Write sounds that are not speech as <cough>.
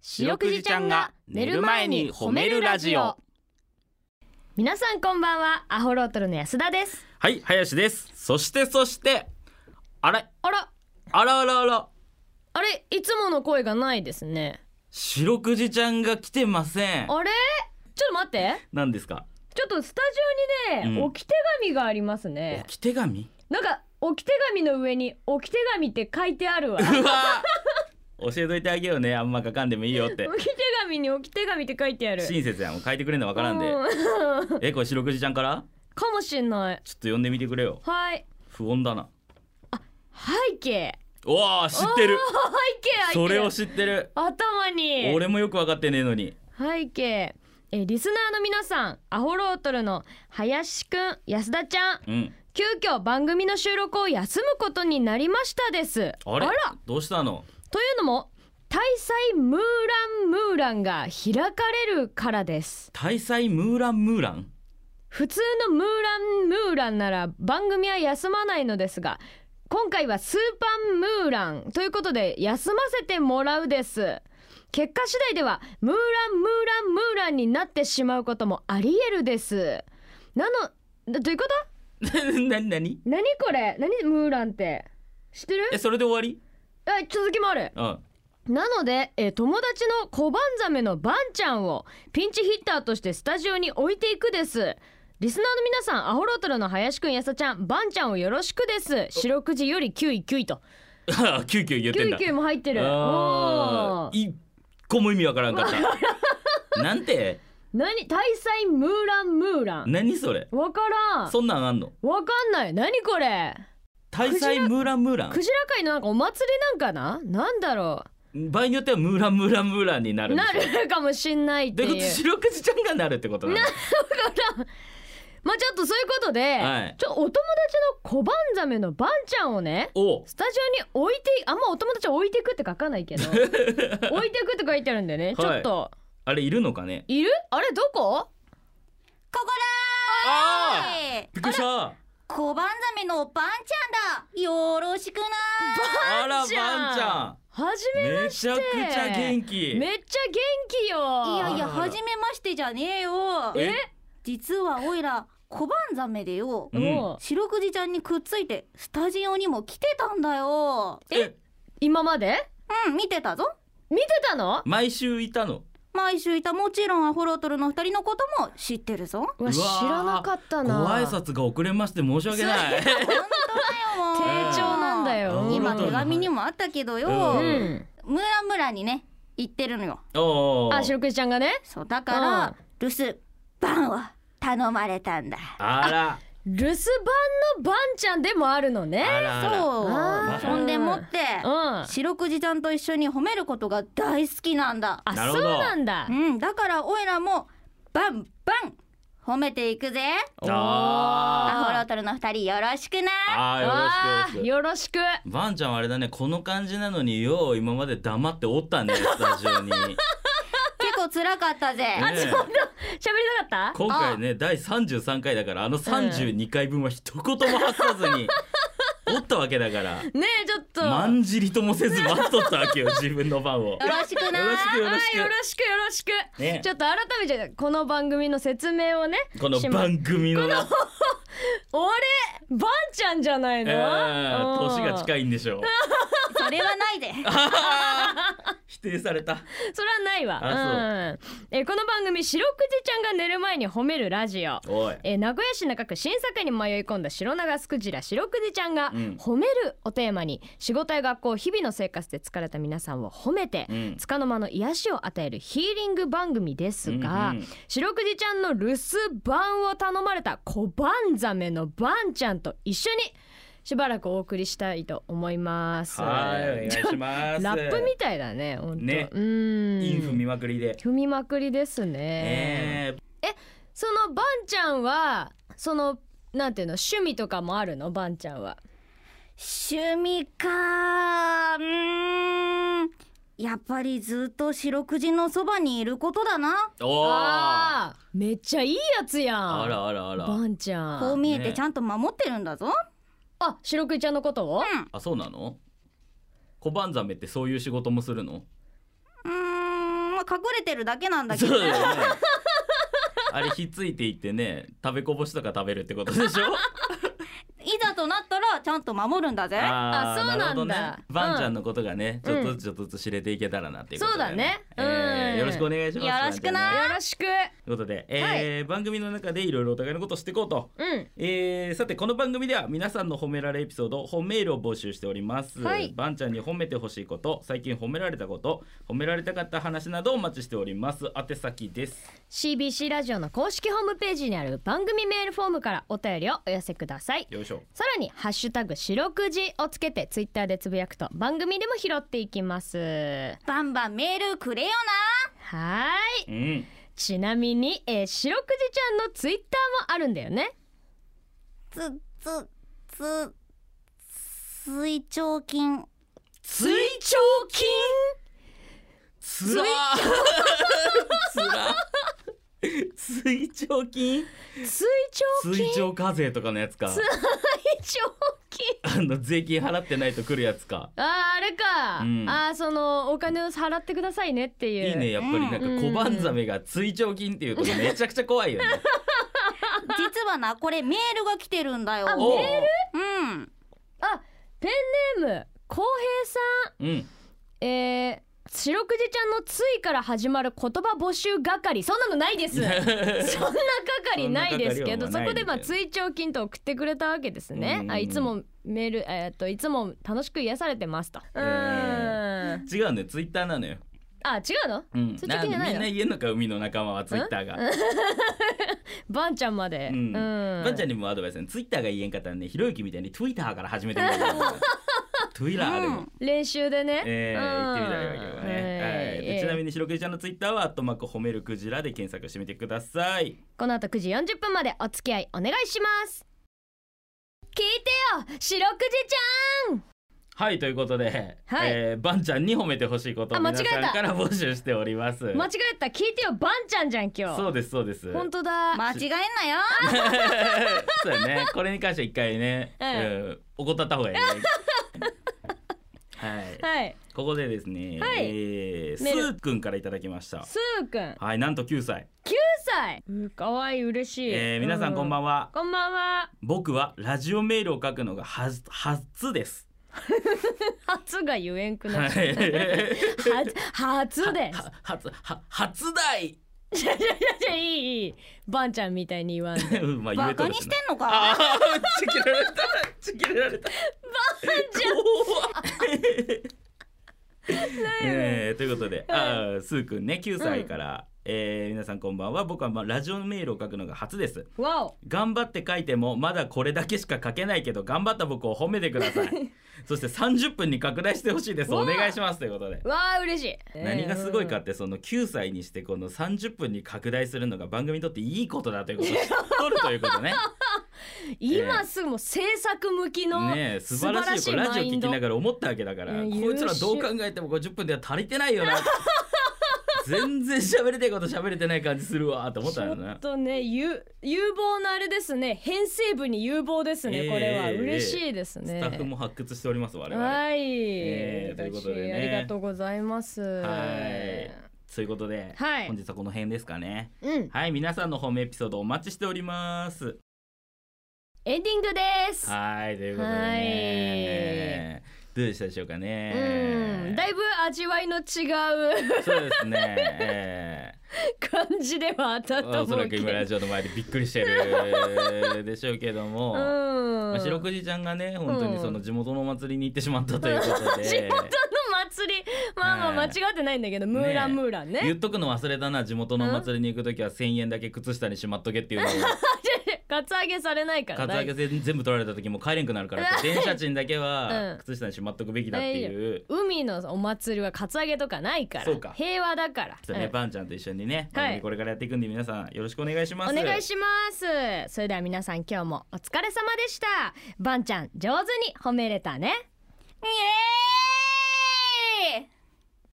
白くじちゃんが寝る前に褒めるラジオ皆さんこんばんはアホロートルの安田ですはい林ですそしてそしてあれあらあらあらあらあれいつもの声がないですね白くじちゃんが来てませんあれちょっと待って何ですかちょっとスタジオにね、うん置き手紙がありますね置き <laughs> 手紙なんか置き手紙の上に置き手紙って書いてある <laughs> わうわー教えといてあげようねあんま書かんでもいいよって置き手紙に置き手紙って書いてある親切やもん書いてくれんのわからんでうんえこれ白くじちゃんからかもしんないちょっと読んでみてくれよはい不穏だな背景うわー知ってるおー背景背景それを知ってる頭に俺もよく分かってねえのに背景えーリスナーの皆さんアホロートルの林くん安田ちゃんうん急遽番組の収録を休むことになりましたですあれらどうしたのというのも大祭ムーランムーランが開かれるからです大祭ムーランムー <laughs> ラン普通のムーランムーランなら番組は休まないのですが今回はスーパンムーランということで休ませてもらうです結果次第ではムーランムーランムーランになってしまうこともありえるですなのどどういうこと何何何これ何ムーランって知ってるえそれで終わりあ続きもあるうんなので、えー友達の小判ザメのバンちゃんをピンチヒッターとしてスタジオに置いていくですリスナーの皆さんアホロトルの林くんやさちゃんバンちゃんをよろしくです白くじより9位9位とああキュイキュイ言って9ん <laughs> 位だ9位も入ってるあおーー一個も意味わからんかっ <laughs> たなんて何大祭ムーランムーラン何それわからんそんなんあんのわかんない何これ大祭ムーランムーラクジラ界のなんかお祭りなんかななんだろン場合によってはムーランムーランムーランになうるんでなすよるかもしんないってでいうこまと白くじちゃんがなるってことなのあちょっとそういうことで、はいちょお友達の小判ザメのバンちゃんをねおうスタジオに置いていあんまお友達は置いていくって書かないけど置いていくって書いてあるんだよね、いちょっとあれいるのかねいるあれどこここだああーびっくりした小判ザメのバンちゃんだよろしくなあばらばんんちちゃんゃはじんめちゃくめましてちゃ元気めめっちゃ元気よいやいやあらあら初めましてじゃねえよえ実はおいら小判ザメでようんもう白くじちゃんにくっついてスタジオにも来てたんだよえ今までうん見てたぞ見てたの毎週いたの毎週いたもちろんアホロトルの二人のことも知って <laughs> るぞううわわ知らなかったごな挨拶が遅れまして申し訳ない本当だよもう丁重なんだようん今手紙にもあったけどよ、ううんムラムラにね行ってるのよおうおうあ白くじちゃんがねそうだから、うん留守番を頼まれたんだあら留守番のバンちゃんでもあるのあねらあらそうあーそんでもってうんあ白くじちゃんと一緒に褒めることが大好きなんだなるそほうどなんだうんだからおいらもバンバン褒めていくぜアホロあトルの二人よろしくなあーよろしくよろしくよろしくバンちゃんはあれだねこの感じなのによう今まで黙っておったねスタジオにね結構辛かったぜ <laughs> え喋りたかった今回ね第33回だからあの32回分は一言も発さずにおったわけだからねえちょっとまんじりともせず待っとったわけよ自分の番をよよろしくなろしくよろはしい、よろしくよろしく、くねちょっと改めてこの番組の説明をねこのしま番組のな俺バンちゃんじゃないの、えー年がい近いんでしょうそれはないぜ否定されたそれはないわあうん、えーこの番組「白くじちゃんが寝る前に褒めるラジオ」おいえー名古屋市中区新坂に迷い込んだ白長スクジラ白くじちゃんがうん「褒める」をテーマに仕事や学校日々の生活で疲れた皆さんを褒めて、うんつかの間の癒しを与えるヒーリング番組ですが、うんうん白くじちゃんの留守番を頼まれた小判ザメのバンちゃんと一緒にしばらくお送りしたいと思います。はいお願いしますラップみたいだね、本当。ねうーん。インフ見まくりで踏みまくりですね。えーそのバンちゃんはそのなんていうの趣味とかもあるのバンちゃんは。趣味かうーんやっぱりずっと白くじのそばにいることだなおーああーめっちゃいいやつやん。らあらあらバンちゃ。こうん見えねてちゃんと守ってるんだぞ、あ白クイちゃんのことを。あそうなの小判ザメってそういう仕事もするのうーん隠れてるだけなんだそけうどだよねあれひっついていってね食べこぼしとか食べるってことでし <laughs> ょいざとなったらちゃんと守るんだぜあーあそうなんだるほどねうんバンちゃんのことがねちょっうとんずつちょっとずつ知れていけたらなっていうことで、そうだねえーうんよろしくお願いしますよろしくなバンちゃんねよろしくということで、えー番組の中でいろいろお互いのことを知っていこうとうんえーさてこの番組では皆さんの褒められエピソード褒めールを募集しております、はいバンちゃんに褒めてほしいこと最近褒められたこと褒められたかった話などをお待ちしております宛先です CBC ラジオの公式ホームページにある番組メールフォームからお便りをお寄せくださいよいしょさらに「ハッシュタグ白くじ」をつけてツイッターでつぶやくと番組でも拾っていきますバンバンメールくれよはーいうんちなみに、えー、白くじちゃんのツイッターもあるんだよねなつつつ水腸筋水腸筋つらつら水長筋水腸筋水長課税とかのやつか水腸筋あの税金払ってないと来るやつか <laughs> あーあれか、うんあーそのお金を払ってくださいねっていういいねやっぱりなんかうん小判ザメが水長筋っていうとめちゃくちゃ怖いよね実はなこれメールが来てるんだよあおううんあペンネーム浩平さん <laughs> うんえー、白くじちゃんの「つい」から始まる言葉募集係そんなのない <laughs> ですそんな係ないですけどそんそな係はないこでまあ追徴金と送ってくれたわけですねう、んあいつもメール、えー、といつも楽しく癒されてますとうーえん違うねツイッターなのよあ違うのうん、ツイッターじゃなないみんのな言えんのか海の仲間はツイッターが、バンちゃんまで、うんばんちゃんににもアドバイスねツイッターが言えんかったらねひろゆきみたいにツイッターから始めてみたらツイラーでも、うん練習でね、えーうん行ってみたいわけだね、えはいーでちなみに白くじちゃんのツイッターは「アットマーク褒めるクジラ」で検索してみてくださいこの後9時40分までお付き合いお願いします聞いてよ白くじちゃんはいということで、はいえーばんちゃんに褒めてほしいことをあ間違皆えさたんから募集しております間違えた聞いてよバンちゃんじゃん今そ日うですそうです本当だ、間違えんなよそうやねこれに関しては一 <laughs> 回ね、うんうん怠った方 <laughs> がいいねはいはいここでですね、はいえースメールーくんからいただきました。スーくんはい、なんと9歳。 9歳うん可愛い嬉しい、えー、皆さんこんばはんは。こんばんは僕はラジオメールを書くのがはず初です。初が言えんくなはいい初初です <laughs> は初は初代。じゃじゃじゃいいいいバンちゃんみたいに言わんバンうん <laughs> まあ言バえとカるにししてな。んのあかあ、ちぎれられた。ちぎれられた。ちゃんえー、ということで、あースーくんね、9歳から、えー皆さんこんばんは。僕はまあラジオメールを書くのが初です。わお頑張って書いてもまだこれだけしか書けないけど頑張った僕を褒めてくだ <laughs> さいそして30分に拡大してほしいですわあお願いしますということでわあ嬉しい何がすごいかってその9歳にしてこの30分に拡大するのが番組にとっていいことだということを知っとるとい <laughs> うことね今すぐもう制作向きの、ねえ素晴らしい素晴これらしいラジオ聞きながら思ったわけだからマインドこいつらどう考えても50分では足りてないよな <laughs> 全然喋りたいこと喋れてない感じするわと思っちたよょっなとね有有望なあれですね編成部に有望ですね、ええこれはええ嬉しいですねスタッフも発掘しております我々はい、ええということでね嬉しありがとうございますはい。ということで、はい本日はこの辺ですかね。うんはい、皆さんのホームエピソードお待ちしております。エンディングですはい、ということでね。どうでしたでしょうかね。うんだいぶ味わいの違う <laughs> そうですね。えー感じではあったとおそ思らうくけ今どラジオの前でびっくりしてるでしょうけども、うんまあ、白くじちゃんがね本当にその地元のお祭りに行ってしまったと <laughs> いうことで、地元の祭りまあまあ間はい違ってないんだけど、ムーランムーランね言っとくの忘れたな地元のお祭りに行く時は1,000円だけ靴下にしまっとけっていうのを <laughs> カツアゲされないからカツアゲ全全部取られた時も帰れんくなるからって電車賃だけうはん靴下にしまっとくべきだっていう。海のお祭りはカツアゲとかないからそうか平和だから、そうね、うんバンちゃんと一緒にね、はい番組これからやっていくんで皆さんよろしくお願いします。お願いしますそれでは皆さん今日もお疲れ様でしたバンちゃん上手に褒めれたねイエーイ